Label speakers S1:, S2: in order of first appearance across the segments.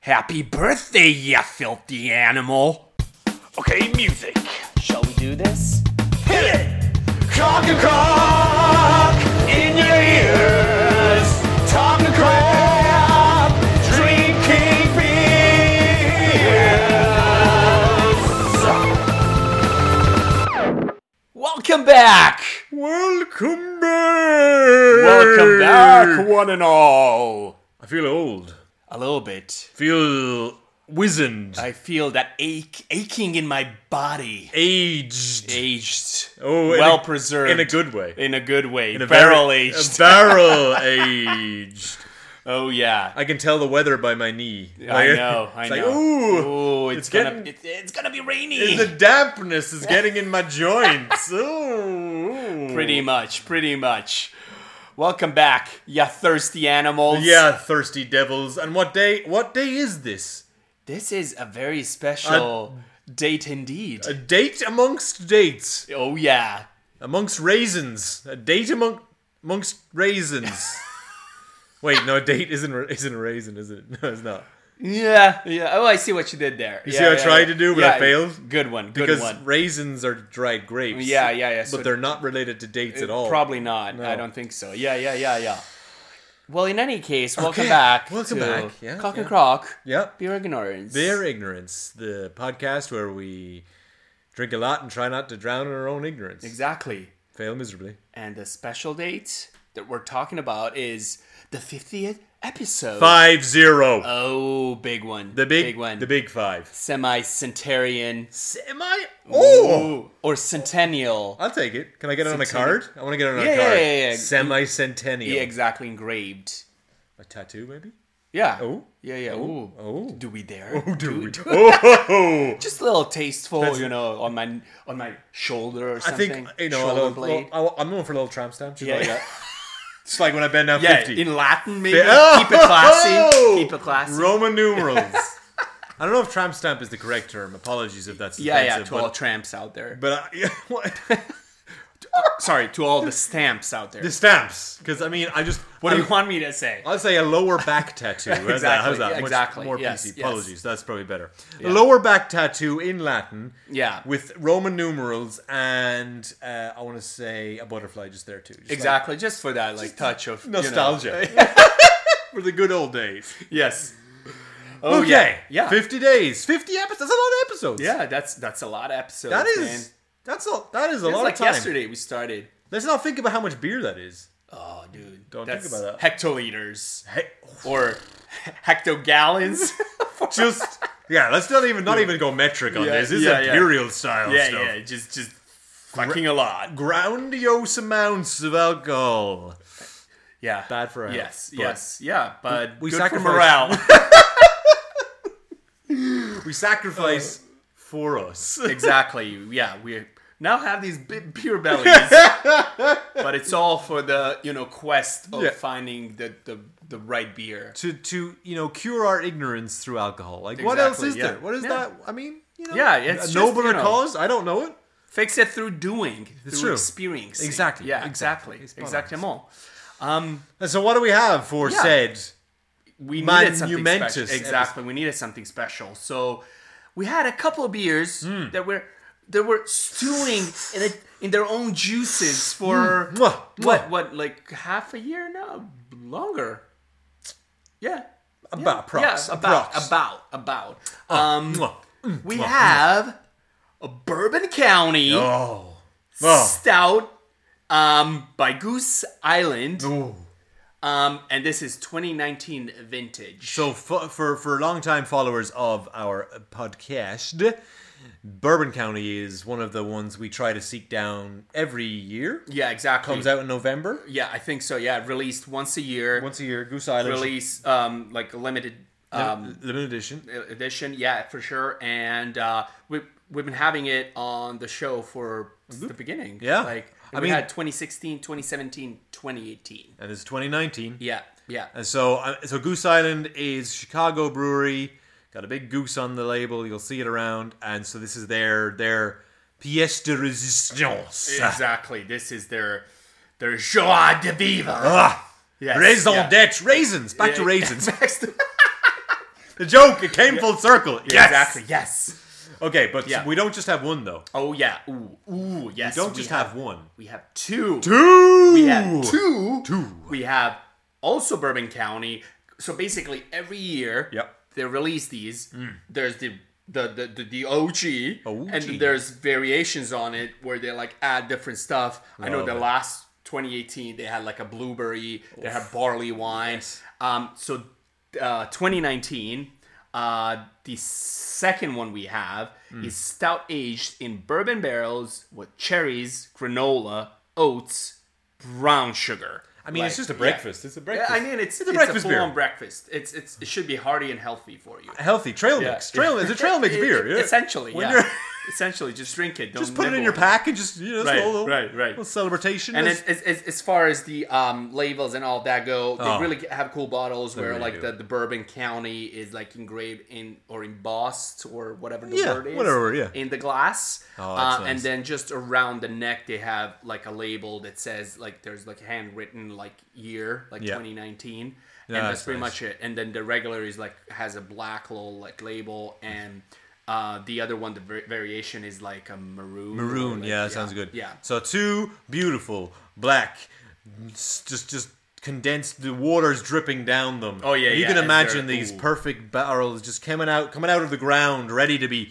S1: Happy birthday, you filthy animal!
S2: Okay, music.
S3: Shall we do this?
S2: Hit it! Cock and crock in your ears. Talking crap, drinking beers.
S3: Welcome back!
S1: Welcome back! Welcome
S3: Welcome back,
S1: one and all!
S4: I feel old.
S3: A little bit.
S4: Feel wizened.
S3: I feel that ache aching in my body.
S4: aged.
S3: Aged.
S4: Oh, in a-
S3: well preserved.
S4: in a good way.
S3: In a good way.
S4: In a
S3: barrel
S4: very- um,
S3: aged.
S4: a barrel aged.
S3: oh yeah.
S4: I can tell the weather by my knee.
S3: I
S4: Like,
S3: know. I
S4: it's
S3: know.
S4: Like, ooh,
S3: Ooh, it's,
S4: it's
S3: gonna
S4: getting-
S3: it- it's gonna be rainy.
S4: the dampness is getting in my joints. Ooh.
S3: Pretty much, pretty much. Welcome back, ya thirsty animals.
S4: Yeah, thirsty devils. And what day? What day is this?
S3: This is a very special date indeed.
S4: A date amongst dates,
S3: oh yeah.
S4: amongst raisins. A date among amongst raisins. Wait, no, a date isn't ra- isn't a raisin, is it? No, it's not.
S3: Yeah, yeah. Oh, I see what you did there. You
S4: see what I tried to do, but I failed?
S3: Good one, good
S4: because
S3: one.
S4: raisins are dried grapes.
S3: Yeah, yeah, yeah,
S4: But
S3: so-
S4: they're not related to dates at all.
S3: Probably not. I don't think so. Yeah, yeah, yeah, yeah. Well, in any case, welcome back.
S4: Welcome
S3: to
S4: back, yeah,
S3: Cock and
S4: yeah.
S3: Crock.
S4: Yeah.
S3: Beer ignorance.
S4: Beer ignorance, the podcast where we drink a lot and try not to drown in our own ignorance.
S3: Exactly.
S4: Fail miserably.
S3: And the special date that we're talking about is the 50th episode.
S4: Five zero.
S3: Oh, big one.
S4: the big,
S3: one.
S4: The big five.
S3: Semi centenarian.
S4: Semi. Oh.
S3: Ooh, Or centennial.
S4: I'll take it. Can I get it on a
S3: Centennial.
S4: card? I want to get it
S3: Yeah,
S4: on a
S3: yeah,
S4: card.
S3: yeah, yeah.
S4: Semi centennial.
S3: Yeah, exactly. Engraved.
S4: a tattoo, maybe?
S3: Yeah.
S4: Oh.
S3: Yeah, yeah. Ooh.
S4: Oh.
S3: Do we dare?
S4: do we? Oh.
S3: just a little tasteful, you know, on my on my shoulder or
S4: I
S3: something.
S4: think you know. A
S3: shoulder
S4: little,
S3: blade.
S4: well, I- I'm going for a little tramp stamp. Yeah.
S3: yeah,
S4: Like
S3: yeah.
S4: that. It's like when I bend down
S3: Yeah,
S4: 50.
S3: in Latin maybe.
S4: Oh!
S3: Keep it classy. Keep it classy.
S4: Roman numerals. I don't know if tramp stamp is the correct term. Apologies if that's
S3: yeah, yeah.
S4: offensive,
S3: To all tramps out there.
S4: But, but I, yeah, what?
S3: Sorry, to all the stamps out there.
S4: the stamps. Because I mean, I just
S3: what do you want me to say?
S4: I'll say a lower back tattoo. How's that? How's
S3: Exactly,
S4: that?
S3: yeah,
S4: Much
S3: exactly,
S4: More
S3: yes,
S4: PC.
S3: yes.
S4: Apologies. That's probably better. A lower back tattoo in Latin.
S3: Yeah.
S4: With Roman numerals and uh, I want to say a butterfly just there too. Just like
S3: exactly, just for that like touch of you know.
S4: nostalgia for the good old days.
S3: Yes. Oh,
S4: okay.
S3: yeah, yeah.
S4: 50 days. 50 episodes. That's a lot of episodes.
S3: Yeah, that's that's a lot of episodes.
S4: That is.
S3: man.
S4: That's a that is a
S3: It's
S4: lot
S3: like
S4: of time.
S3: yesterday we started.
S4: Let's not think about how much beer that is.
S3: Oh, dude.
S4: Don't
S3: that's
S4: think about
S3: Hectoliters
S4: Hey,
S3: or hectogallons.
S4: just yeah. Let's not even not even go metric on
S3: Yeah,
S4: this. This
S3: yeah,
S4: is
S3: yeah.
S4: imperial style
S3: yeah,
S4: stuff.
S3: yeah. Just just fucking a lot.
S4: Grandiose amounts of alcohol.
S3: Yeah.
S4: Bad for our
S3: Yes,
S4: health, but-
S3: yes, yeah, but
S4: We
S3: good
S4: sacrifice-
S3: for morale.
S4: We sacrifice for us.
S3: exactly. Yeah, we now have these big beer bellies, but it's all for the you know quest of
S4: Yeah.
S3: finding the, the the right beer.
S4: to to you know cure our ignorance through alcohol. Like what else
S3: Exactly,
S4: is
S3: yeah.
S4: there? What is
S3: Yeah.
S4: that? I mean, you know,
S3: Yeah, it's
S4: a
S3: just,
S4: nobler
S3: you know.
S4: cause. I don't know it.
S3: Fix it through doing,
S4: It's
S3: through
S4: true.
S3: experience.
S4: Exactly,
S3: Yeah.
S4: exactly.
S3: Exactly.
S4: Spot on.
S3: Exactly. Um,
S4: And so what do we have for
S3: Yeah.
S4: said?
S3: we needed something
S4: Monumentous
S3: special.
S4: episode.
S3: Exactly, we needed something special. So we had a couple of beers
S4: Hmm.
S3: that were that were stewing in it in their own juices for
S4: Mwah,
S3: what
S4: mwah.
S3: what like half a year now longer. Yeah.
S4: About props.
S3: Yeah, about
S4: Props.
S3: about about. um,
S4: Mwah.
S3: we
S4: hmm.
S3: have a Bourbon County
S4: Oh. Oh.
S3: stout um by Goose Island.
S4: Ooh.
S3: Um and this is 2019 vintage.
S4: So for, for for longtime followers of our podcast, Bourbon County is one of the ones we try to seek down every year.
S3: yeah, exactly.
S4: Comes out in November.
S3: Yeah, I think so. Yeah, released once a year.
S4: Once a year, Goose Island
S3: release um like a limited um
S4: limited edition.
S3: edition. Yeah, for sure. And uh we we've been having it on the show for the beginning.
S4: Mm-hmm. Yeah.
S3: Like
S4: I
S3: I we
S4: mean-
S3: had 2016, 2017, 2018.
S4: And it's 2019.
S3: Yeah. Yeah.
S4: And so uh, so Goose Island is Chicago brewery. Got a big goose on the label. You'll see it around. And so this is their their pièce de résistance.
S3: Exactly. This is their their joie de vivre.
S4: Ah,
S3: Yes,
S4: raison
S3: yeah.
S4: d'être. Raisins. Back to
S3: Yeah.
S4: raisins.
S3: Next.
S4: The joke, it came full circle. Yes.
S3: Exactly. Yes.
S4: Okay, but
S3: Yeah.
S4: we don't just have one though.
S3: Oh yeah. Ooh. Ooh. Yes.
S4: We don't just
S3: we
S4: have, one.
S3: We have two.
S4: Two.
S3: We have two.
S4: Two.
S3: We have also Bourbon County. So basically, every year,
S4: Yep.
S3: they release these.
S4: Mm.
S3: There's the the the the, the OG, and
S4: OG.
S3: there's variations on it where they like add different stuff. I know
S4: Love
S3: the
S4: it.
S3: last 2018 they had like a blueberry, they had barley wine. Um, so uh, 2019. Uh, the second one we have
S4: Mm.
S3: is stout aged in bourbon barrels with cherries, granola, oats, brown sugar.
S4: I mean, it's
S3: Like,
S4: just a
S3: yeah.
S4: breakfast. It's a breakfast.
S3: I mean, it's, it's,
S4: a
S3: a,
S4: breakfast beer.
S3: full-on breakfast. It's, it's it should be hearty and healthy for you.
S4: Healthy trail mix. Trail. It's a trail mix
S3: It-
S4: beer.
S3: it-
S4: yeah.
S3: Essentially,
S4: When
S3: yeah.
S4: you're-
S3: essentially, just drink it. Don't
S4: just put it in
S3: nibble
S4: your
S3: on
S4: pack and just you know, it's a
S3: Right,
S4: little,
S3: right, right.
S4: little celebration.
S3: And
S4: It's-
S3: as, as, as, as far as the um, labels and all that go, they
S4: Oh.
S3: really have cool bottles where
S4: really
S3: like
S4: do.
S3: the, the bourbon county is like engraved in or embossed or whatever the
S4: Yeah,
S3: word is,
S4: whatever, yeah.
S3: in the glass.
S4: Oh, that's
S3: uh,
S4: nice.
S3: And then just around the neck, they have like a label that says like there's like handwritten like year like
S4: Yeah.
S3: 2019.
S4: Yeah,
S3: and that's,
S4: that's
S3: pretty
S4: nice.
S3: much it. And then the regular is like has a black little like label, and uh, the other one, the var- variation is like a maroon. or,
S4: Maroon,
S3: like-
S4: yeah, that sounds good.
S3: Yeah,
S4: So two beautiful black, s- just just condensed. The water's dripping down them.
S3: Oh, yeah,
S4: You
S3: yeah,
S4: can
S3: and
S4: imagine
S3: they're-
S4: these
S3: ooh.
S4: perfect barrels just coming out, coming out of the ground, ready to be.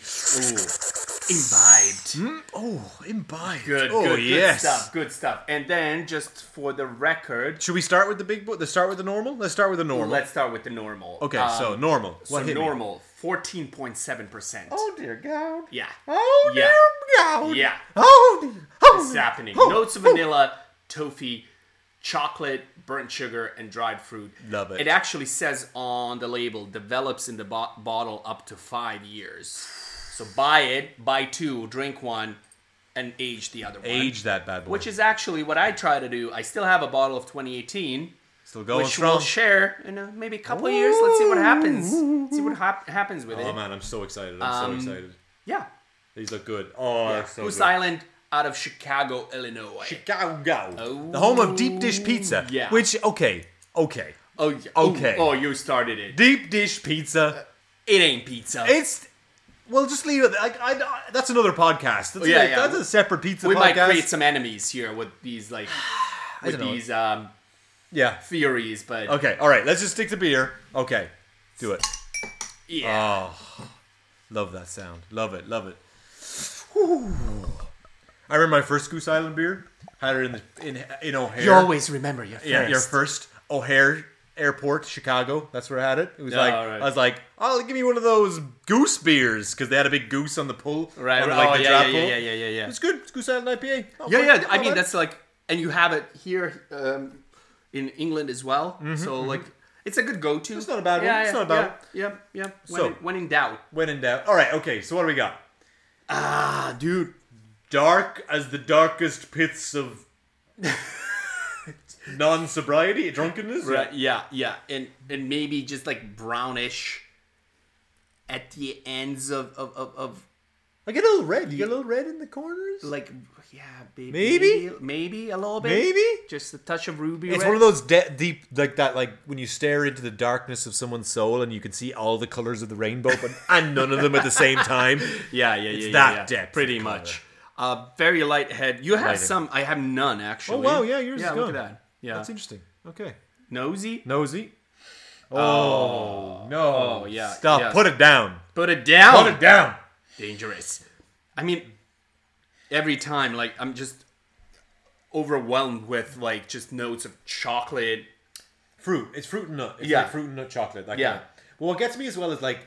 S3: imbibed.
S4: Oh, imbibed.
S3: Good,
S4: Oh
S3: good,
S4: yes.
S3: good stuff, good stuff. And then, just for the record,
S4: Should we start with the big book? Let's start with the normal. Let's start with the normal.
S3: let's start with the normal.
S4: okay,
S3: Um,
S4: so normal.
S3: so
S4: What hit me?
S3: normal, fourteen point seven percent.
S4: Oh, dear God.
S3: Yeah,
S4: Oh
S3: Yeah.
S4: dear God.
S3: Yeah.
S4: Oh. Dear. oh
S3: it's
S4: dear.
S3: happening.
S4: Oh,
S3: Notes of
S4: oh.
S3: vanilla, toffee, chocolate, burnt sugar, and dried fruit.
S4: Love it.
S3: It actually says on the label, develops in the bo- bottle up to five years. So buy it, buy two, drink one, and age the other one.
S4: Age that bad boy.
S3: Which is actually what I try to do. I still have a bottle of 2018.
S4: still going
S3: which
S4: strong.
S3: we'll share in uh, maybe a couple of years. Let's see what happens. See what hap- happens with
S4: Oh
S3: it.
S4: man, I'm so excited. I'm
S3: Um,
S4: so excited.
S3: Yeah.
S4: These look good. Oh,
S3: yeah.
S4: they're so
S3: Goose
S4: good.
S3: Island out of Chicago, Illinois.
S4: Go, go.
S3: Oh.
S4: the home of deep dish pizza.
S3: Yeah.
S4: Which okay, okay.
S3: oh, yeah.
S4: Okay.
S3: Oh, oh, you started it.
S4: Deep dish pizza.
S3: It ain't pizza.
S4: It's well, just leave it. Like I, I- that's another podcast. That's,
S3: Oh, Yeah,
S4: a,
S3: yeah.
S4: that's a separate pizza
S3: we
S4: podcast.
S3: might create some enemies here with these like with
S4: don't know.
S3: these um,
S4: yeah.
S3: theories, but
S4: Okay. All right. Let's just stick to beer. Okay. Do it. Uh,
S3: yeah.
S4: Love that sound. Love it. Love it. Whew. I remember my first Goose Island beer. Had it in the, in in O'Hare.
S3: you always remember your first.
S4: Yeah, your first O'Hare Airport, Chicago. That's where I had it. It was like
S3: alright.
S4: I was like, "Oh, give me one of those goose beers," because they had a big goose on the pull,
S3: Right.
S4: on,
S3: right.
S4: like,
S3: oh,
S4: the
S3: yeah,
S4: drop
S3: yeah,
S4: pull.
S3: yeah, yeah, yeah, yeah.
S4: It's good. It's Goose Island IPA. Not
S3: Yeah,
S4: bad,
S3: yeah. I
S4: not
S3: mean,
S4: bad.
S3: that's like, and you have it here um, in England as well. so like, it's a good go-to. It's
S4: not a bad one.
S3: yeah,
S4: Mm-hmm, It's
S3: Yeah,
S4: not a bad
S3: yeah, Yeah, yeah. When,
S4: So-
S3: in, when in doubt,
S4: when in doubt. All right, okay. So what do we got?
S3: ah, dude,
S4: Dark as the darkest pits of non-sobriety, drunkenness.
S3: right? Yeah, yeah, and and maybe just like brownish at the ends of of of, of
S4: I get a little red. You get a little red in the corners.
S3: like yeah, maybe,
S4: Maybe?
S3: maybe a little bit,
S4: Maybe?
S3: just a touch of ruby.
S4: It's
S3: red.
S4: one of those de- deep, like that, like when you stare into the darkness of someone's soul and you can see all the colors of the rainbow, but and none of them at the same time.
S3: Yeah, yeah, yeah.
S4: It's
S3: yeah,
S4: that
S3: yeah.
S4: depth
S3: pretty
S4: of
S3: much. Uh, very light head. You have
S4: Lighter.
S3: some. I have none actually.
S4: Oh wow, yeah, yours
S3: yeah,
S4: is
S3: look
S4: gone.
S3: at that. Yeah,
S4: that's interesting. Okay,
S3: nosy.
S4: nosy. Oh, no!
S3: Oh, yeah,
S4: Stop!
S3: yeah. Oh.
S4: Put it down!
S3: Put it down.
S4: Put it down!
S3: Dangerous. I mean, every time, like I'm just overwhelmed with like just notes of chocolate.
S4: Fruit. It's fruit and nut. It's
S3: Yeah.
S4: like fruit and nut chocolate. That
S3: Yeah.
S4: kind of- Well, what gets me as well is like.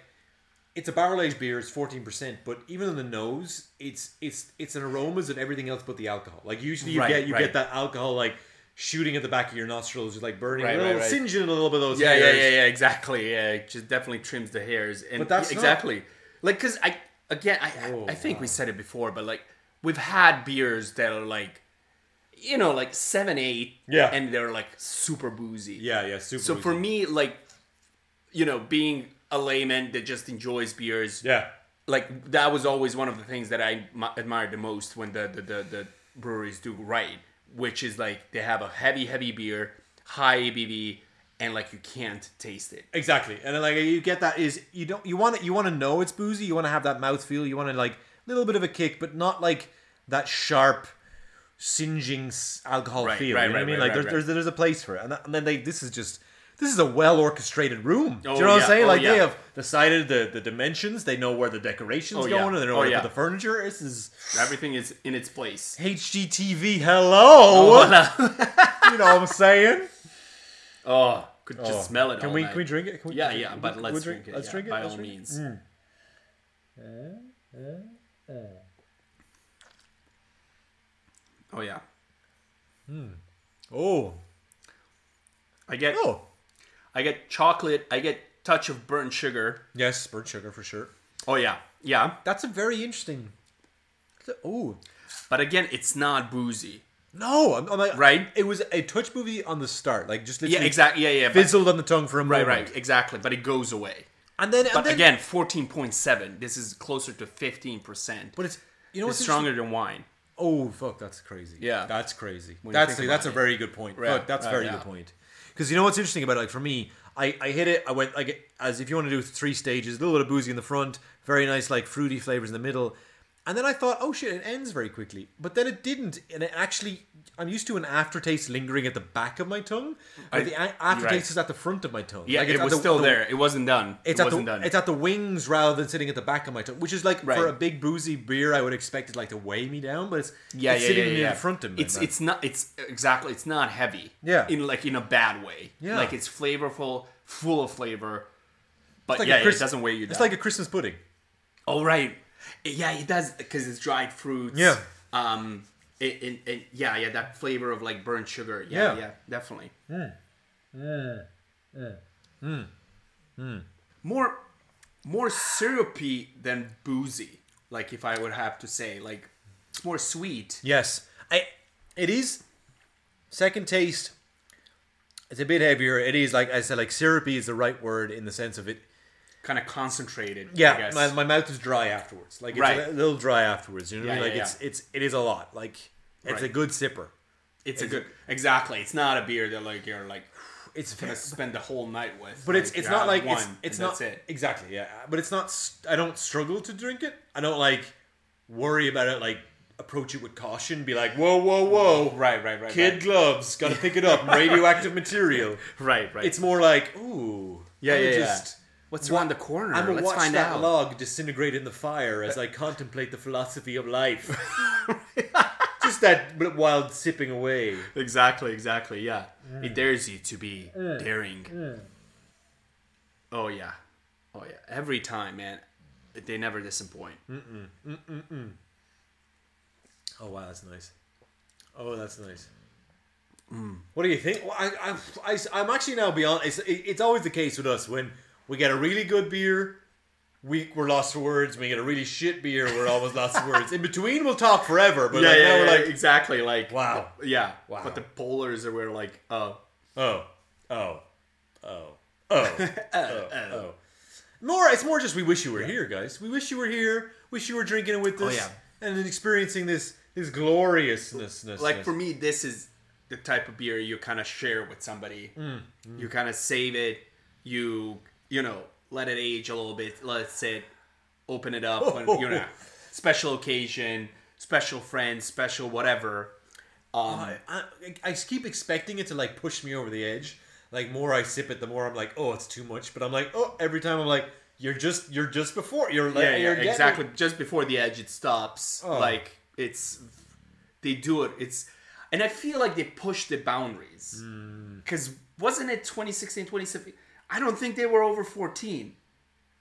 S4: It's a barrel aged beer. It's fourteen percent, but even on the nose, it's it's it's an aromas and everything else but the alcohol. Like usually, you
S3: Right,
S4: get you
S3: right.
S4: get that alcohol like shooting at the back of your nostrils, just like burning,
S3: Right,
S4: a little
S3: right, right.
S4: singeing a little bit of those.
S3: Yeah, yeah,
S4: hairs.
S3: yeah, yeah. Exactly. Yeah, it just definitely trims the hairs. And
S4: But that's not-
S3: exactly like 'cause like because I again I I think we said it before, but like we've had beers that are like you know like seven eight
S4: Yeah.
S3: and they're like super boozy
S4: yeah, yeah. Super.
S3: So for
S4: boozy.
S3: me, like, you know, being a layman that just enjoys beers,
S4: yeah,
S3: like that was always one of the things that I m- admired the most when the, the, the, the breweries do right, which is like they have a heavy, heavy beer, high ABV, and like you can't taste it.
S4: Exactly, and like you get that is you don't you want it you want to know it's boozy. You want to have that mouthfeel. You want to like a little bit of a kick, but not like that sharp, singeing s- alcohol
S3: Right,
S4: feel.
S3: right,
S4: you know what I
S3: right,
S4: mean?
S3: right,
S4: like
S3: right,
S4: there's,
S3: right.
S4: there's there's a place for it, and, that, and then they this is just this is a well orchestrated room. Do
S3: Oh,
S4: you know what
S3: yeah.
S4: I'm saying?
S3: Oh,
S4: like
S3: yeah.
S4: they have decided the the dimensions. They know where the decorations
S3: Oh, yeah.
S4: going, and they know
S3: Oh,
S4: where to
S3: yeah.
S4: put the furniture. This is
S3: Everything is in its place.
S4: HGTV. Hello,
S3: Oh,
S4: you know what I'm saying?
S3: oh, could just
S4: Oh.
S3: smell it.
S4: Can
S3: all
S4: we
S3: night.
S4: can we drink it? Can we,
S3: Yeah,
S4: drink
S3: yeah,
S4: it?
S3: but
S4: We-
S3: let's
S4: we
S3: drink it,
S4: Let's
S3: yeah,
S4: drink it.
S3: by
S4: let's
S3: all
S4: drink it.
S3: means.
S4: Mm.
S3: Oh yeah,
S4: Oh,
S3: I get
S4: oh,
S3: I get chocolate. I get touch of burnt sugar.
S4: yes, burnt sugar for sure.
S3: Oh yeah, yeah.
S4: That's a very interesting. Oh
S3: But again, it's not boozy.
S4: no! I'm, I'm like,
S3: Right?
S4: It was a touch movie on the start, like just
S3: Yeah,
S4: literally
S3: exactly. Yeah, yeah. but-
S4: fizzled on the tongue for a
S3: right,
S4: moment.
S3: right, exactly. But it goes away.
S4: And then, and
S3: But
S4: then-
S3: again, fourteen point seven. This is closer to fifteen percent.
S4: but it's you know
S3: It's
S4: what's
S3: stronger than wine.
S4: interesting? Oh fuck, that's crazy.
S3: Yeah.
S4: that's crazy.
S3: you
S4: that's
S3: think
S4: that's a
S3: about it.
S4: very good point.
S3: Right,
S4: Fuck, that's a
S3: right,
S4: very
S3: yeah.
S4: good point. Because you know what's interesting about it, like for me, I, I hit it. I went like as if you want to do three stages, a little bit of boozy in the front, very nice like fruity flavors in the middle, and then I thought, oh shit, it ends very quickly. But then it didn't, and it actually, I'm used to an aftertaste lingering at the back of my tongue, but
S3: I-
S4: the a- aftertaste
S3: right.
S4: is at the front of my tongue.
S3: Yeah,
S4: Like, it's
S3: it
S4: at
S3: was
S4: the-
S3: still
S4: the-
S3: there. It wasn't done.
S4: it's
S3: it
S4: at the
S3: wasn't done.
S4: it's at the wings rather than sitting at the back of my tongue, which is like
S3: Right.
S4: for a big boozy beer, I would expect it like to weigh me down, but it's
S3: yeah,
S4: it's
S3: yeah,
S4: sitting
S3: yeah, yeah.
S4: in front of me.
S3: It's
S4: man.
S3: it's not it's exactly it's not heavy.
S4: Yeah.
S3: In like in a bad way.
S4: Yeah.
S3: Like it's flavorful, full of flavor. But
S4: It's like a
S3: yeah,
S4: Chris-
S3: it doesn't weigh you down.
S4: It's like a Christmas pudding.
S3: oh right, yeah, it does because it's dried fruits.
S4: Yeah.
S3: Um. It, it, it- yeah, yeah, that flavor of like burnt sugar. Yeah,
S4: Yeah. Mm.
S3: yeah, definitely.
S4: Mm.
S3: More, more syrupy than boozy. Like if I would have to say, like it's more sweet.
S4: Yes, I. It is second taste. It's a bit heavier. It is like I said, like syrupy is the right word in the sense of it.
S3: kind of concentrated. I
S4: Yeah,
S3: guess.
S4: my, my mouth is dry afterwards. Like it's
S3: Right.
S4: a little dry afterwards. You know, what I
S3: Yeah,
S4: mean? like
S3: yeah,
S4: it's it's it is a lot. Like it's
S3: Right.
S4: a good sipper.
S3: it's a good exactly. It's not a beer that like you're like
S4: It's
S3: gonna spend the whole night with.
S4: But it's
S3: you
S4: it's not
S3: have
S4: like
S3: one
S4: it's, it's
S3: and
S4: not
S3: that's it.
S4: exactly yeah. But it's not. st- I don't struggle to drink it. I don't like worry about it. Like approach it with caution. Be like whoa whoa whoa.
S3: Right, right, right.
S4: Kid gloves. Got to pick it up. Radioactive material.
S3: right, right. right.
S4: It's more like ooh.
S3: yeah,
S4: I'm
S3: yeah, yeah.
S4: Just,
S3: what's around the corner.
S4: I'm gonna
S3: Let's
S4: watch
S3: find
S4: that
S3: out. Uh,
S4: log disintegrate in the fire as I contemplate the philosophy of life. just that bl- wild sipping away.
S3: Exactly, exactly. Yeah, it dares you to be daring. Oh yeah, oh yeah. Every time, man, they never disappoint.
S4: Oh wow, that's nice. Oh, that's nice.
S3: Hmm.
S4: What do you think? Well, I, I, I, am actually now beyond. It's, it, it's always the case with us when we get a really good beer, we we're lost for words. When we get a really shit beer, we're always lost for words. In between, we'll talk forever. But
S3: Yeah,
S4: like,
S3: yeah,
S4: now
S3: yeah,
S4: we're like,
S3: exactly. Like
S4: Wow.
S3: yeah,
S4: Wow.
S3: But the polars are where like oh
S4: Oh, oh, oh, oh, oh, oh. More, it's more just we wish you were here, guys. We wish you were here. Wish you were drinking it with us
S3: Oh, yeah.
S4: and then experiencing this this gloriousness.
S3: like for me this is the type of beer you kind of share with somebody you kind of save it you you know let it age a little bit let it sit open it up when you know special occasion special friends special whatever um
S4: I, I, I keep expecting it to like push me over the edge. Like more I sip it, the more I'm like, oh, it's too much. But I'm like, oh, every time I'm like, you're just you're just before you're like,
S3: yeah, yeah
S4: you're getting-
S3: exactly just before the edge it stops
S4: Oh.
S3: like it's they do it it's and i feel like they push the boundaries
S4: Mm.
S3: because wasn't it 2016 2017 i don't think they were over 14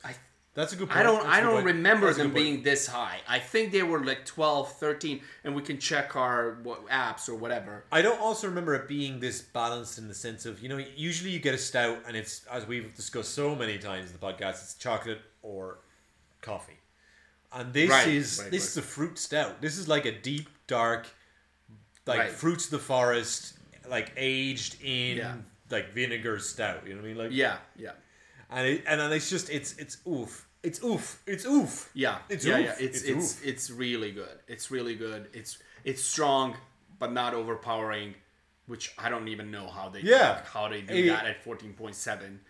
S3: i
S4: That's a good. Point.
S3: I don't
S4: That's a
S3: I
S4: good
S3: don't
S4: point.
S3: remember
S4: That's a
S3: them
S4: good point.
S3: being this high. I think they were like 12, 13 and we can check our what, apps or whatever.
S4: I don't also remember it being this balanced in the sense of you know usually you get a stout and it's as we've discussed so many times in the podcast it's chocolate or coffee, and this
S3: Right,
S4: is
S3: right,
S4: this
S3: right.
S4: is a fruit stout. This is like a deep dark, like
S3: Right.
S4: fruits of the forest, like aged in
S3: Yeah.
S4: like vinegar stout. You know what I mean? Like
S3: Yeah, yeah.
S4: and it, and then it's just it's it's oof, it's oof, it's oof.
S3: Yeah.
S4: it's
S3: yeah,
S4: oof.
S3: yeah. It's
S4: oof.
S3: it's it's, really good. It's really good. It's it's strong but not overpowering. which I don't even know how they
S4: Yeah.
S3: how they do
S4: It-
S3: that at fourteen point seven.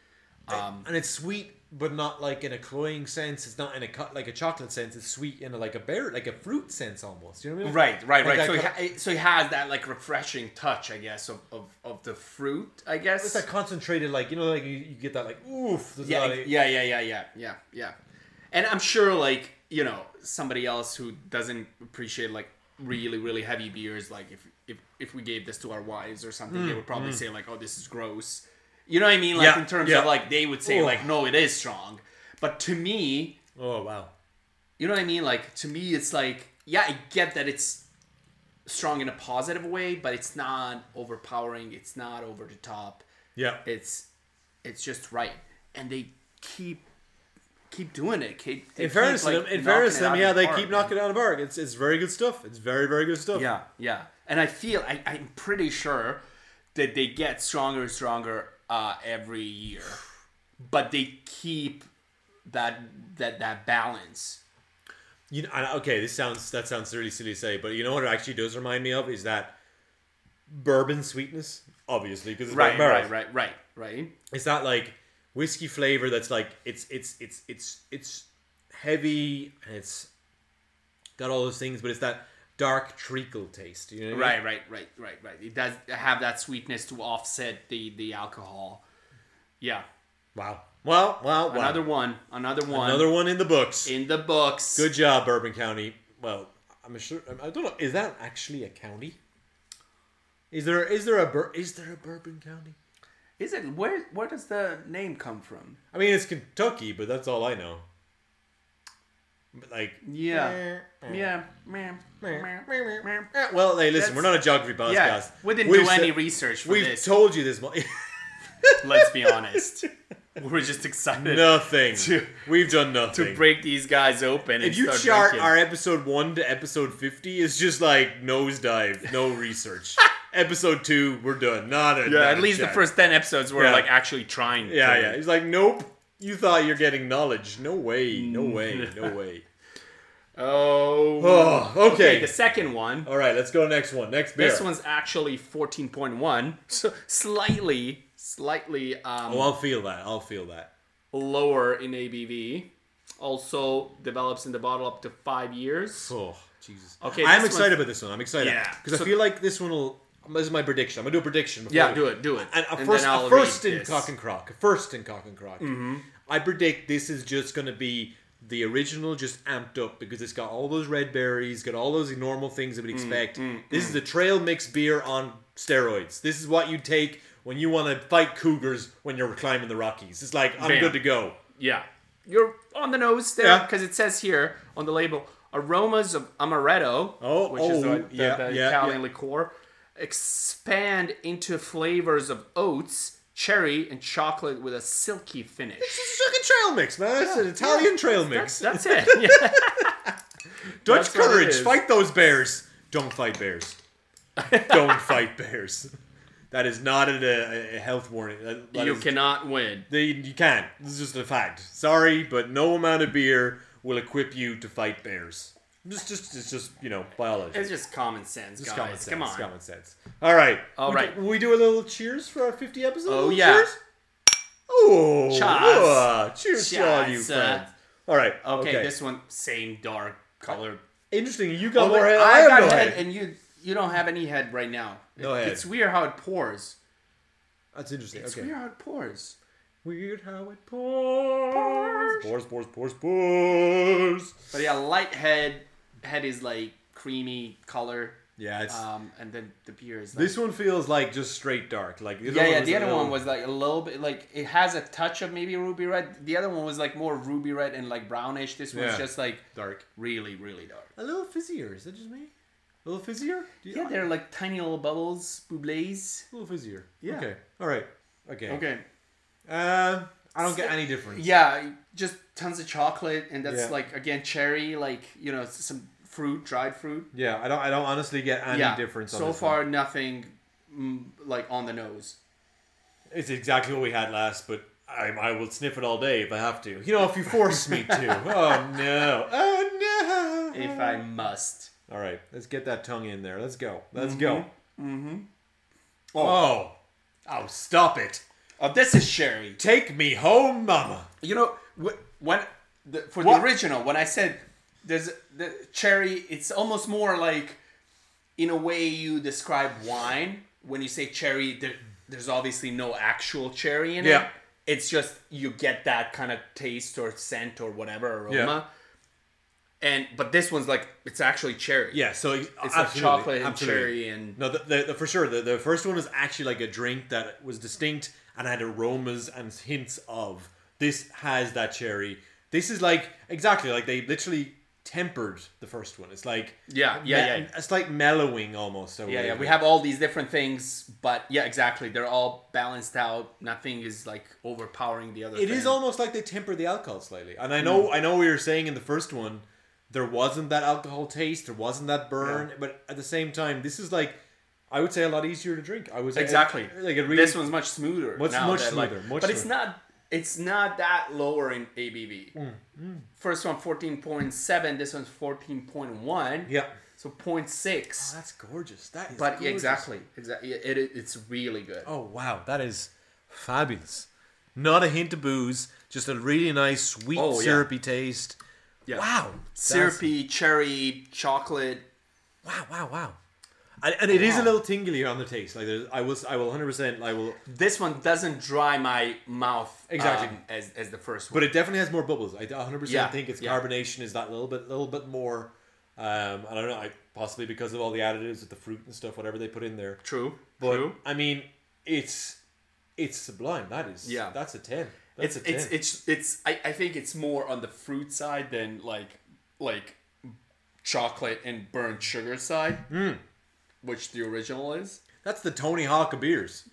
S3: Um,
S4: and it's sweet, but not like in a cloying sense. It's not in a co- like a chocolate sense. It's sweet in a, like a berry, like a fruit sense almost. You know what I mean?
S3: Right, right, right.
S4: Like that
S3: So he,
S4: co-
S3: ha- it- so he has that like refreshing touch, I guess, of, of, of the fruit, I guess.
S4: It's that concentrated, like you know, like you, you get that like oof. there's
S3: yeah,
S4: not
S3: ex-
S4: a-
S3: yeah, yeah, yeah, yeah, yeah, yeah. And I'm sure, like you know, somebody else who doesn't appreciate like really, really heavy beers, like if if if we gave this to our wives or something, they would probably say like, "Oh, this is gross." You know what I mean? Like
S4: Mm, Yeah,
S3: in terms
S4: yeah.
S3: of like they would say
S4: Oh.
S3: like, "No, it is strong," but to me,
S4: Oh wow.
S3: you know what I mean? Like to me, it's like yeah, I get that it's strong in a positive way, but it's not overpowering. It's not over the top
S4: Yeah.
S3: it's it's just right and they keep keep doing it keep, they
S4: in
S3: keep,
S4: fairness
S3: like,
S4: to them, in
S3: knocking
S4: fairness
S3: it
S4: to them,
S3: out
S4: yeah,
S3: of the
S4: they
S3: park,
S4: keep
S3: man.
S4: knocking it out of the park. It's it's very good stuff. It's very very good stuff.
S3: yeah yeah and i feel I, i'm pretty sure that they get stronger and stronger uh, every year but they keep that that that balance
S4: You know, and, okay, this sounds that sounds really silly to say, but you know what it actually does remind me of is that bourbon sweetness, obviously, because it's
S3: right
S4: barrel.
S3: right right right right
S4: It's that like whiskey flavor that's like it's it's it's it's it's heavy and it's got all those things, but it's that dark treacle taste. You know what I mean?
S3: right right right right right it does have that sweetness to offset the the alcohol yeah
S4: Wow. Well, well, wow.
S3: another one another one
S4: another one in the books.
S3: in the books
S4: Good job, Bourbon County. Well, I'm sure. I don't know. Is that actually a county? Is there is there a Bur- is there a Bourbon County?
S3: Is it where? Where does the name come from?
S4: I mean, it's Kentucky, but that's all I know. But like,
S3: Yeah, yeah, man.
S4: eh, well, hey, listen, we're not a geography podcast.
S3: Yeah, we didn't
S4: We've
S3: do any
S4: said-
S3: research for
S4: We've
S3: this.
S4: told you this much.
S3: Let's be honest, we were just excited
S4: nothing.
S3: To-
S4: we've done nothing.
S3: to break these guys open. and
S4: if you
S3: start
S4: chart
S3: drinking.
S4: our episode one to episode fifty, it's just like nosedive, no research. episode two, we're done. Not a
S3: yeah,
S4: not
S3: at
S4: a
S3: least the
S4: chance.
S3: first ten episodes were
S4: Yeah.
S3: like actually trying.
S4: Yeah,
S3: to-
S4: yeah. He's like, nope. You thought you're getting knowledge. No way. No
S3: Mm.
S4: way. No way.
S3: Oh.
S4: Oh, okay. Oh,
S3: Okay, the second one.
S4: All right, let's go to next one. Next beer.
S3: This one's actually fourteen point one, so slightly, slightly um,
S4: Oh, I'll feel that. I'll feel that.
S3: lower in ABV. Also develops in the bottle up to five years.
S4: Oh, Jesus.
S3: Okay,
S4: I'm
S3: this
S4: excited
S3: one's-
S4: about this one. I'm excited.
S3: Yeah.
S4: Because
S3: So-
S4: I feel like this one will. This is my prediction. I'm gonna do a prediction. Before
S3: Yeah,
S4: we-
S3: do it, do it.
S4: And a
S3: then
S4: first, a
S3: I'll
S4: first
S3: read
S4: in
S3: this. Mm-hmm.
S4: cock and crock. A first in cock and crock. I predict this is just gonna be the original, just amped up because it's got all those red berries, got all those normal things
S3: Mm,
S4: that we'd expect. this is the trail mix beer on steroids. This is what you take when you want to fight cougars when you're climbing the Rockies. It's like I'm
S3: Bam.
S4: good to go.
S3: Yeah. You're on the nose there
S4: Yeah.
S3: because it says here on the label aromas of amaretto,
S4: Oh,
S3: which is
S4: oh,
S3: the, the-
S4: yeah,
S3: the
S4: yeah,
S3: Italian
S4: yeah.
S3: liqueur, expand into flavors of oats, cherry, and chocolate with a silky finish.
S4: It's like a trail mix, man. It's an Italian trail mix.
S3: That's it. Yeah.
S4: Dutch
S3: That's what it
S4: courage.
S3: is.
S4: Fight those bears. Don't fight bears. Don't fight bears. That is not a, a health warning. That- that
S3: you
S4: is-
S3: cannot win.
S4: They, you can't. This is just a fact. Sorry, but no amount of beer will equip you to fight bears. Just, just, it's just you know biology.
S3: It's just common sense,
S4: It's
S3: guys.
S4: common sense.
S3: Come on.
S4: it's common sense. All right.
S3: All
S4: we
S3: right.
S4: Do, we do a little cheers for our 50 episode.
S3: Oh,
S4: Little
S3: yeah.
S4: Cheers? Oh.
S3: Cheers.
S4: yeah. Cheers to all you
S3: Cheers, uh,
S4: friends. All right.
S3: Okay, this one same dark color.
S4: Interesting. You got
S3: Oh,
S4: more
S3: wait,
S4: head.
S3: I,
S4: have
S3: got
S4: no
S3: head, and you you don't have any head right now.
S4: No
S3: It-
S4: head.
S3: It's weird how it pours.
S4: That's interesting.
S3: It's
S4: okay.
S3: weird how it pours.
S4: Weird how it pours. Pours, pours, pours, pours.
S3: But yeah, light head. Head is like creamy color.
S4: Yeah, it's
S3: Um, and then the beer is like,
S4: this one feels like just straight dark. Like oh. the other
S3: Yeah, yeah.
S4: one was
S3: The
S4: a
S3: other
S4: little-
S3: one was like a little bit like it has a touch of maybe ruby red. The other one was like more ruby red and like brownish. This one's
S4: Yeah.
S3: just like
S4: dark.
S3: really, really dark.
S4: A little fizzier. Is that just me? A little fizzier. Do you-
S3: Yeah, they're like tiny little bubbles, boublés.
S4: a little fizzier.
S3: Yeah.
S4: Okay. All right. Okay.
S3: Okay.
S4: Um, I don't get any difference.
S3: Yeah, just tons of chocolate, and that's
S4: Yeah.
S3: like again cherry, like you know s- some fruit, dried fruit.
S4: Yeah, I don't. I don't honestly get any
S3: yeah.
S4: difference. On
S3: so
S4: this
S3: far,
S4: one.
S3: nothing mm, like on the nose.
S4: it's exactly what we had last, but. I, I will sniff it all day if I have to. You know, if you force me to. Oh no! Oh no!
S3: If I must.
S4: All right, let's get that tongue in there. Let's go. Let's go. Oh,
S3: Mm-hmm. Oh, stop it.
S2: Uh, this is sherry.
S4: take me home, mama.
S3: You know, wh- when the, for
S4: What?
S3: the original, when I said there's the cherry, it's almost more like in a way you describe wine. When you say cherry, there, there's obviously no actual cherry in
S4: Yeah.
S3: it. It's just you get that kind of taste or scent or whatever aroma. And but this one's like it's actually cherry.
S4: Yeah, so
S3: It's
S4: absolutely,
S3: like chocolate and
S4: absolutely.
S3: cherry and
S4: No, the, the, the, for sure. The, the first one is actually like a drink that was distinct and had aromas and hints of. This has that cherry. This is like exactly like they literally tempered the first one. It's like
S3: Yeah, yeah, yeah.
S4: It's like mellowing almost.
S3: Yeah, yeah, we have all these different things, but yeah, exactly. They're all balanced out. Nothing is like overpowering the other.
S4: It is almost like they temper the alcohol slightly. And I
S3: Mm.
S4: know, I know, we were saying in the first one, there wasn't that alcohol taste, there wasn't that burn, but at the same time, this is like, I would say, a lot easier to drink. I would say
S3: exactly.
S4: like it really.
S3: this one's much smoother.
S4: Much-
S3: now
S4: much
S3: that, like-
S4: smoother, much
S3: but it's
S4: smoother. Mm,
S3: not. It's not that lower in ABV. First one 14.7. This one's 14.1.
S4: yeah. Ah,
S3: So 0.6.
S4: That's gorgeous. That is
S3: but yeah,
S4: gorgeous.
S3: exactly, exactly. It, it- it's really good.
S4: Oh wow, that is fabulous. Not a hint of booze, just a really nice sweet
S3: Oh, yeah.
S4: syrupy taste.
S3: Yeah.
S4: Wow,
S3: Syrupy, cherry, chocolate.
S4: Wow, wow, wow. And, and it is a little tingly on the taste. Like there's, I will, I will, hundred percent, I will.
S3: This one doesn't dry my mouth
S4: Exactly.
S3: um, as as the first one.
S4: But it definitely has more bubbles. I 100%
S3: Yeah,
S4: think its
S3: yeah.
S4: carbonation is that little bit, little bit more. Um, I don't know, I, possibly because of all the additives with the fruit and stuff, whatever they put in there.
S3: true,
S4: But
S3: true.
S4: I mean, it's it's sublime. That is,
S3: Yeah.
S4: that's a ten.
S3: it's
S4: That's a ten.
S3: it's it's it's I, I think it's more on the fruit side than like like chocolate and burnt sugar side which the original is
S4: that's the Tony Hawk of beers.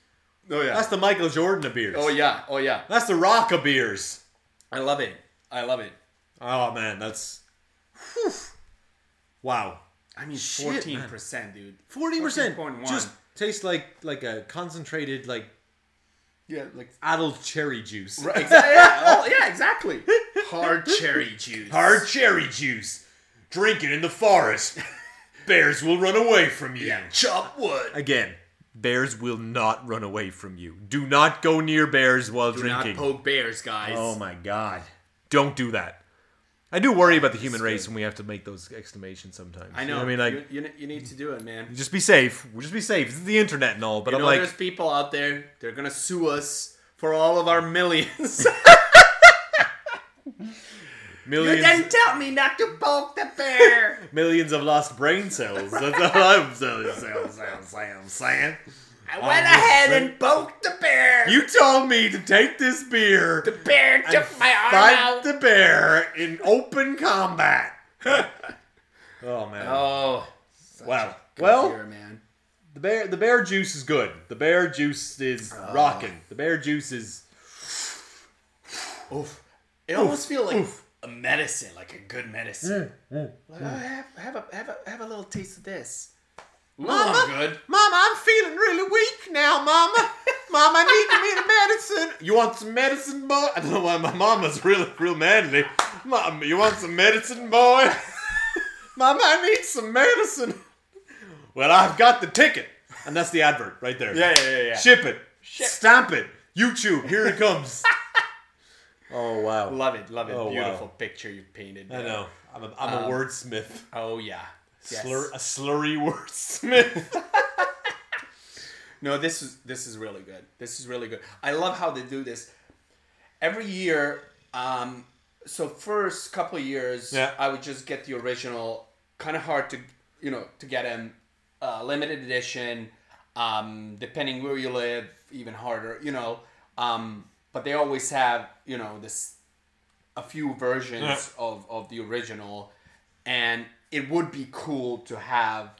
S3: oh yeah
S4: That's the Michael Jordan of beers.
S3: oh yeah oh yeah
S4: That's the Rock of beers.
S3: i love it i love it
S4: Oh man, that's whew. wow.
S3: i mean
S4: Shit,
S3: 14% dude
S4: Forty percent
S3: 14.1.
S4: just tastes like like a concentrated like
S3: yeah like
S4: adult cherry juice.
S3: right, exactly, yeah, oh, yeah exactly hard cherry juice
S4: Hard cherry juice. Drink it in the forest. Bears will run away from you.
S3: yeah chop wood
S4: Again, bears will not run away from you. Do not go near bears while
S3: Do not
S4: drinking.
S3: poke bears guys
S4: oh my god. Don't do that. I do worry about the human race when we have to make those exclamations sometimes.
S3: i
S4: You
S3: know
S4: I mean, like,
S3: you, you, ne- you need to do it man
S4: just be safe. Just be safe. This is the internet and all, but
S3: You
S4: I'm
S3: know,
S4: like,
S3: there's people out there. They're gonna sue us for all of our millions. you
S4: millions,
S3: didn't tell me not to poke the bear.
S4: millions of lost brain cells. That's all I'm saying. saying, saying, saying, saying.
S3: I went ahead and poked the bear.
S4: Oh, You told me to take this beer.
S3: the bear took my arm out.
S4: the bear in open combat. oh man!
S3: oh,
S4: wow.
S3: good
S4: Well,
S3: beer, man.
S4: the bear the bear juice is good. The bear juice is rocking. The bear juice is
S3: Oof. It almost feels like a medicine, like a good medicine.
S4: Mm,
S3: Like, oh, have, have a have a have a little taste of this. Ooh, I'm good.
S4: Mama, I'm feeling really weak now, Mama. Mama, I need me medicine. You want some medicine, boy? I don't know why my mama's real, real manly. Mom, you want some medicine, boy? Mama, I need some medicine. Well, I've got the ticket, and that's the advert right there.
S3: Yeah, yeah, yeah, yeah.
S4: Ship it. Stamp it. YouTube, here it comes. oh wow.
S3: Love it, love it.
S4: Oh, wow.
S3: Beautiful picture you painted.
S4: I know. I'm a, I'm a wordsmith.
S3: Oh yeah. Yes.
S4: Slur, Um, a slurry wordsmith.
S3: No, this is this is really good. This is really good. I love how they do this. Every year, um, so first couple of years,
S4: Yeah.
S3: I would just get the original. Kind of hard to you know to get them uh, limited edition. Um, depending where you live, even harder. You know, um, but they always have you know this a few versions
S4: Yeah.
S3: of of the original, and it would be cool to have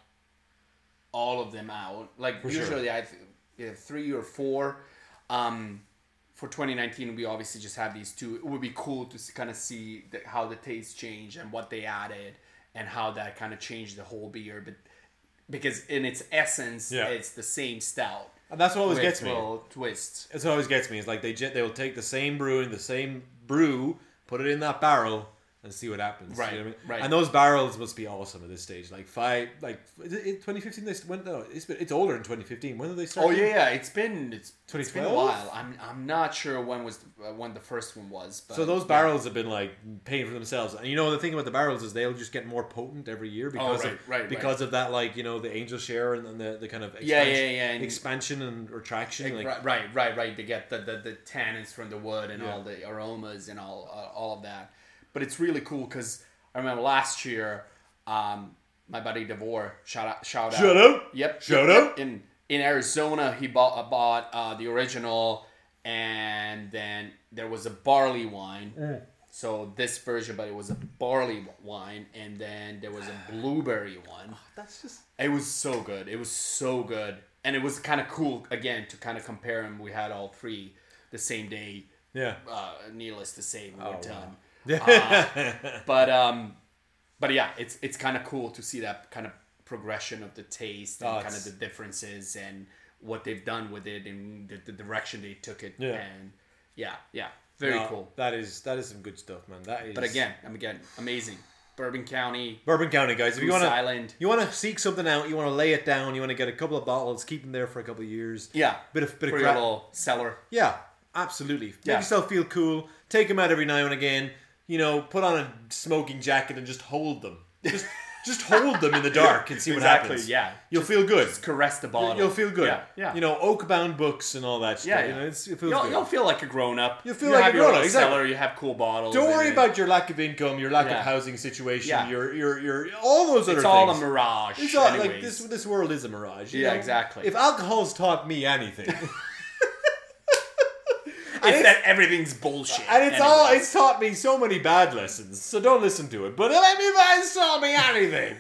S3: all of them out. Like
S4: sure.
S3: usually I th- yeah, three or four. Um, for 2019, we obviously just have these two. It would be cool to kind of see the, how the taste changed and what they added and how that kind of changed the whole beer. But because in its essence,
S4: Yeah.
S3: it's the same stout.
S4: and that's what always
S3: with
S4: gets me.
S3: little twists.
S4: That's what always gets me. Is like they ge- they will take the same brew and the same brew, put it in that barrel, and see what happens.
S3: Right,
S4: you know what I mean?
S3: right.
S4: And those barrels must be awesome at this stage. Like five, like is it- in 2015 they s- went. No, it's been, it's older than 2015. When did they start?
S3: Oh yeah, yeah. It's been it's, it's been a
S4: 2012?
S3: while. I'm I'm not sure when was uh, when the first one was. But
S4: So those
S3: yeah.
S4: barrels have been like paying for themselves, and you know the thing about the barrels is they'll just get more potent every year because
S3: Oh, right,
S4: of,
S3: right, right.
S4: because of that like you know the angel share and, and the, the kind of expansion,
S3: Yeah, yeah, yeah, and-
S4: expansion and retraction like
S3: right, right, right, right. To get the, the, the tannins from the wood and
S4: Yeah.
S3: all the aromas and all uh, all of that. But it's really cool because I remember last year, um, my buddy Devore shout out, shout out,
S4: Shout out.
S3: yep,
S4: Shout
S3: yep,
S4: out.
S3: yep. In in Arizona, he bought uh, bought uh, the original, and then there was a barley wine. So this version, but it was a barley wine, and then there was a blueberry one.
S4: Ah, that's just
S3: It was so good. It was so good, and it was kind of cool again to kind of compare them. We had all three the same day.
S4: yeah
S3: Uh, needless to say, we were done. Ah,
S4: yeah
S3: But um, but yeah, it's it's kind of cool to see that kind of progression of the taste and
S4: Oh,
S3: kind of
S4: it's-
S3: the differences and what they've done with it and the, the direction they took it.
S4: Yeah.
S3: And yeah, yeah, very
S4: No,
S3: cool.
S4: that is that is some good stuff man that is
S3: But again, I'm again amazing. Bourbon County,
S4: Bourbon County guys if you
S3: Goose
S4: want to
S3: Island.
S4: you want to seek something out you want to lay it down you want to get a couple of bottles keep them there for a couple of years
S3: Yeah,
S4: bit of bit
S3: for
S4: of
S3: your
S4: crap
S3: little cellar.
S4: Yeah, absolutely. Make
S3: Yeah.
S4: yourself feel cool. Take them out every now and again. You know, put on a smoking jacket and just hold them. Just just hold them in the dark and see what
S3: Exactly,
S4: happens.
S3: yeah.
S4: you'll feel good.
S3: Caress the bottle.
S4: You'll feel good.
S3: Yeah, yeah.
S4: You know, oak bound books and all that stuff.
S3: Yeah,
S4: You
S3: yeah.
S4: know, it's, it feels
S3: You'll,
S4: good.
S3: you'll feel like a grown up.
S4: You'll feel like a grown-up, exactly.
S3: Cellar, you have cool bottles.
S4: Don't
S3: and
S4: worry
S3: it-
S4: about your lack of income, your lack
S3: Yeah.
S4: of housing situation,
S3: Yeah.
S4: your your your all those other
S3: It's all
S4: things.
S3: a mirage.
S4: It's all like
S3: anyways.
S4: this. This world is a mirage. you
S3: Yeah,
S4: know?
S3: exactly.
S4: If alcohol's taught me anything,
S3: It's that everything's bullshit.
S4: And it's all
S3: anyways.
S4: it's taught me so many bad lessons, so don't listen to it. But let me it's taught me anything.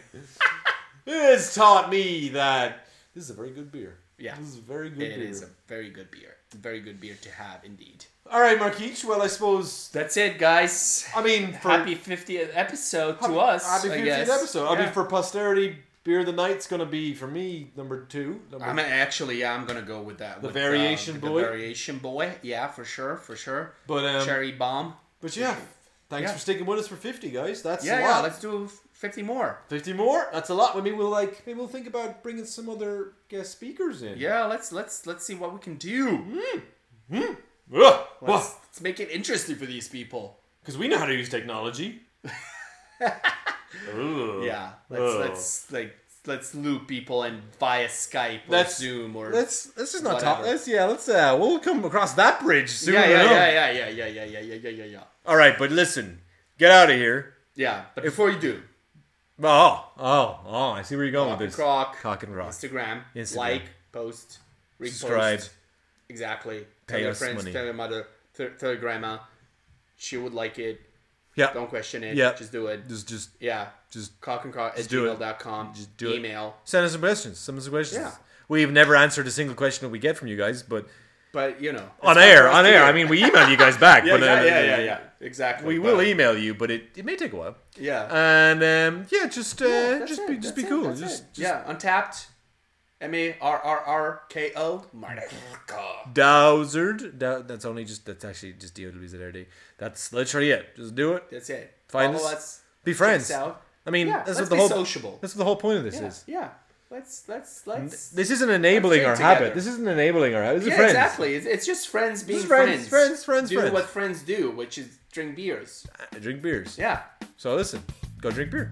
S4: it's taught me that this is a very good beer.
S3: Yeah.
S4: This is a very good
S3: It
S4: beer.
S3: is a very good beer. Very good beer to have, indeed.
S4: Alright, Marquise, well I suppose
S3: That's it, guys.
S4: I mean for
S3: happy 50th episode to us.
S4: Happy
S3: I
S4: 50th
S3: guess.
S4: episode. I
S3: Yeah.
S4: mean for posterity, Beer of the Night's gonna be for me number two. Number
S3: I'm actually, yeah, I'm gonna go with that. The
S4: Variation
S3: the,
S4: Boy?
S3: variation boy, yeah, for sure, for sure.
S4: But um
S3: Cherry bomb.
S4: But yeah. Thanks
S3: Yeah.
S4: for sticking with us for fifty guys. That's
S3: Yeah,
S4: a
S3: yeah.
S4: lot.
S3: Let's do 50 more.
S4: fifty more? That's a lot. Maybe we'll like maybe we'll think about bringing some other guest speakers in.
S3: Yeah, let's let's let's see what we can do.
S4: Ugh. Ugh.
S3: Let's, let's make it interesting for these people.
S4: Because we know how to use technology.
S3: Yeah, let's
S4: Oh.
S3: let's like let's loop people and via Skype or
S4: Let's-
S3: Zoom or
S4: Let's let's just not
S3: Whatever.
S4: talk. Let's yeah. Let's uh. We'll come across that bridge soon.
S3: yeah, yeah, yeah, yeah, yeah, yeah, yeah, yeah, yeah, yeah, yeah.
S4: All right, but listen, get out of here.
S3: Yeah, but before you do,
S4: Oh, oh, oh! I see where you're going
S3: Cock
S4: with
S3: and
S4: this.
S3: Croc,
S4: Cock and rock.
S3: Instagram,
S4: Instagram.
S3: like, post, repost,
S4: Subscribe.
S3: exactly.
S4: Pay
S3: tell your
S4: us
S3: friends,
S4: money.
S3: tell your mother, tell, tell your grandma. She would like it.
S4: Yeah.
S3: Don't question it.
S4: Yeah.
S3: just do it.
S4: Just just
S3: Yeah,
S4: just
S3: cock and croc at
S4: do it.
S3: gmail.com.
S4: Just do it.
S3: Email.
S4: send us some questions. Send us some questions.
S3: Yeah.
S4: We've never answered a single question that we get from you guys, but
S3: But you know,
S4: on
S3: it's hard
S4: air,
S3: for us
S4: on
S3: to
S4: air.
S3: hear.
S4: I mean, we email you guys back.
S3: yeah,
S4: but,
S3: yeah,
S4: uh,
S3: yeah, yeah, yeah, exactly.
S4: We
S3: but- uh,
S4: will email you, but it, it may take a while.
S3: Yeah.
S4: And um, yeah, just uh,
S3: Yeah, that's
S4: just
S3: it,
S4: be just
S3: that's
S4: be
S3: it,
S4: cool.
S3: that's
S4: Just,
S3: it.
S4: just
S3: yeah, untapped. M A R R R K O. Marika.
S4: Dowsard. Dow- that's only just that's actually just D O W Z R D. That's literally it. Just do it.
S3: That's it.
S4: Find
S3: Follow
S4: us.
S3: us.
S4: Be
S3: check us
S4: friends.
S3: out.
S4: I mean,
S3: Yeah,
S4: that's
S3: let's
S4: what the
S3: be
S4: whole
S3: social.
S4: That's what the whole point of this
S3: Yeah,
S4: is.
S3: yeah. Let's let's let's.
S4: This isn't enabling
S3: Let's
S4: our
S3: drink
S4: habit.
S3: together.
S4: This isn't enabling our habit. This is
S3: yeah,
S4: friends.
S3: exactly. It's, it's just friends being
S4: friends,
S3: friends,
S4: friends, friends,
S3: do
S4: friends.
S3: what friends do, which is drink beers.
S4: Drink beers.
S3: Yeah.
S4: So listen, go drink beer.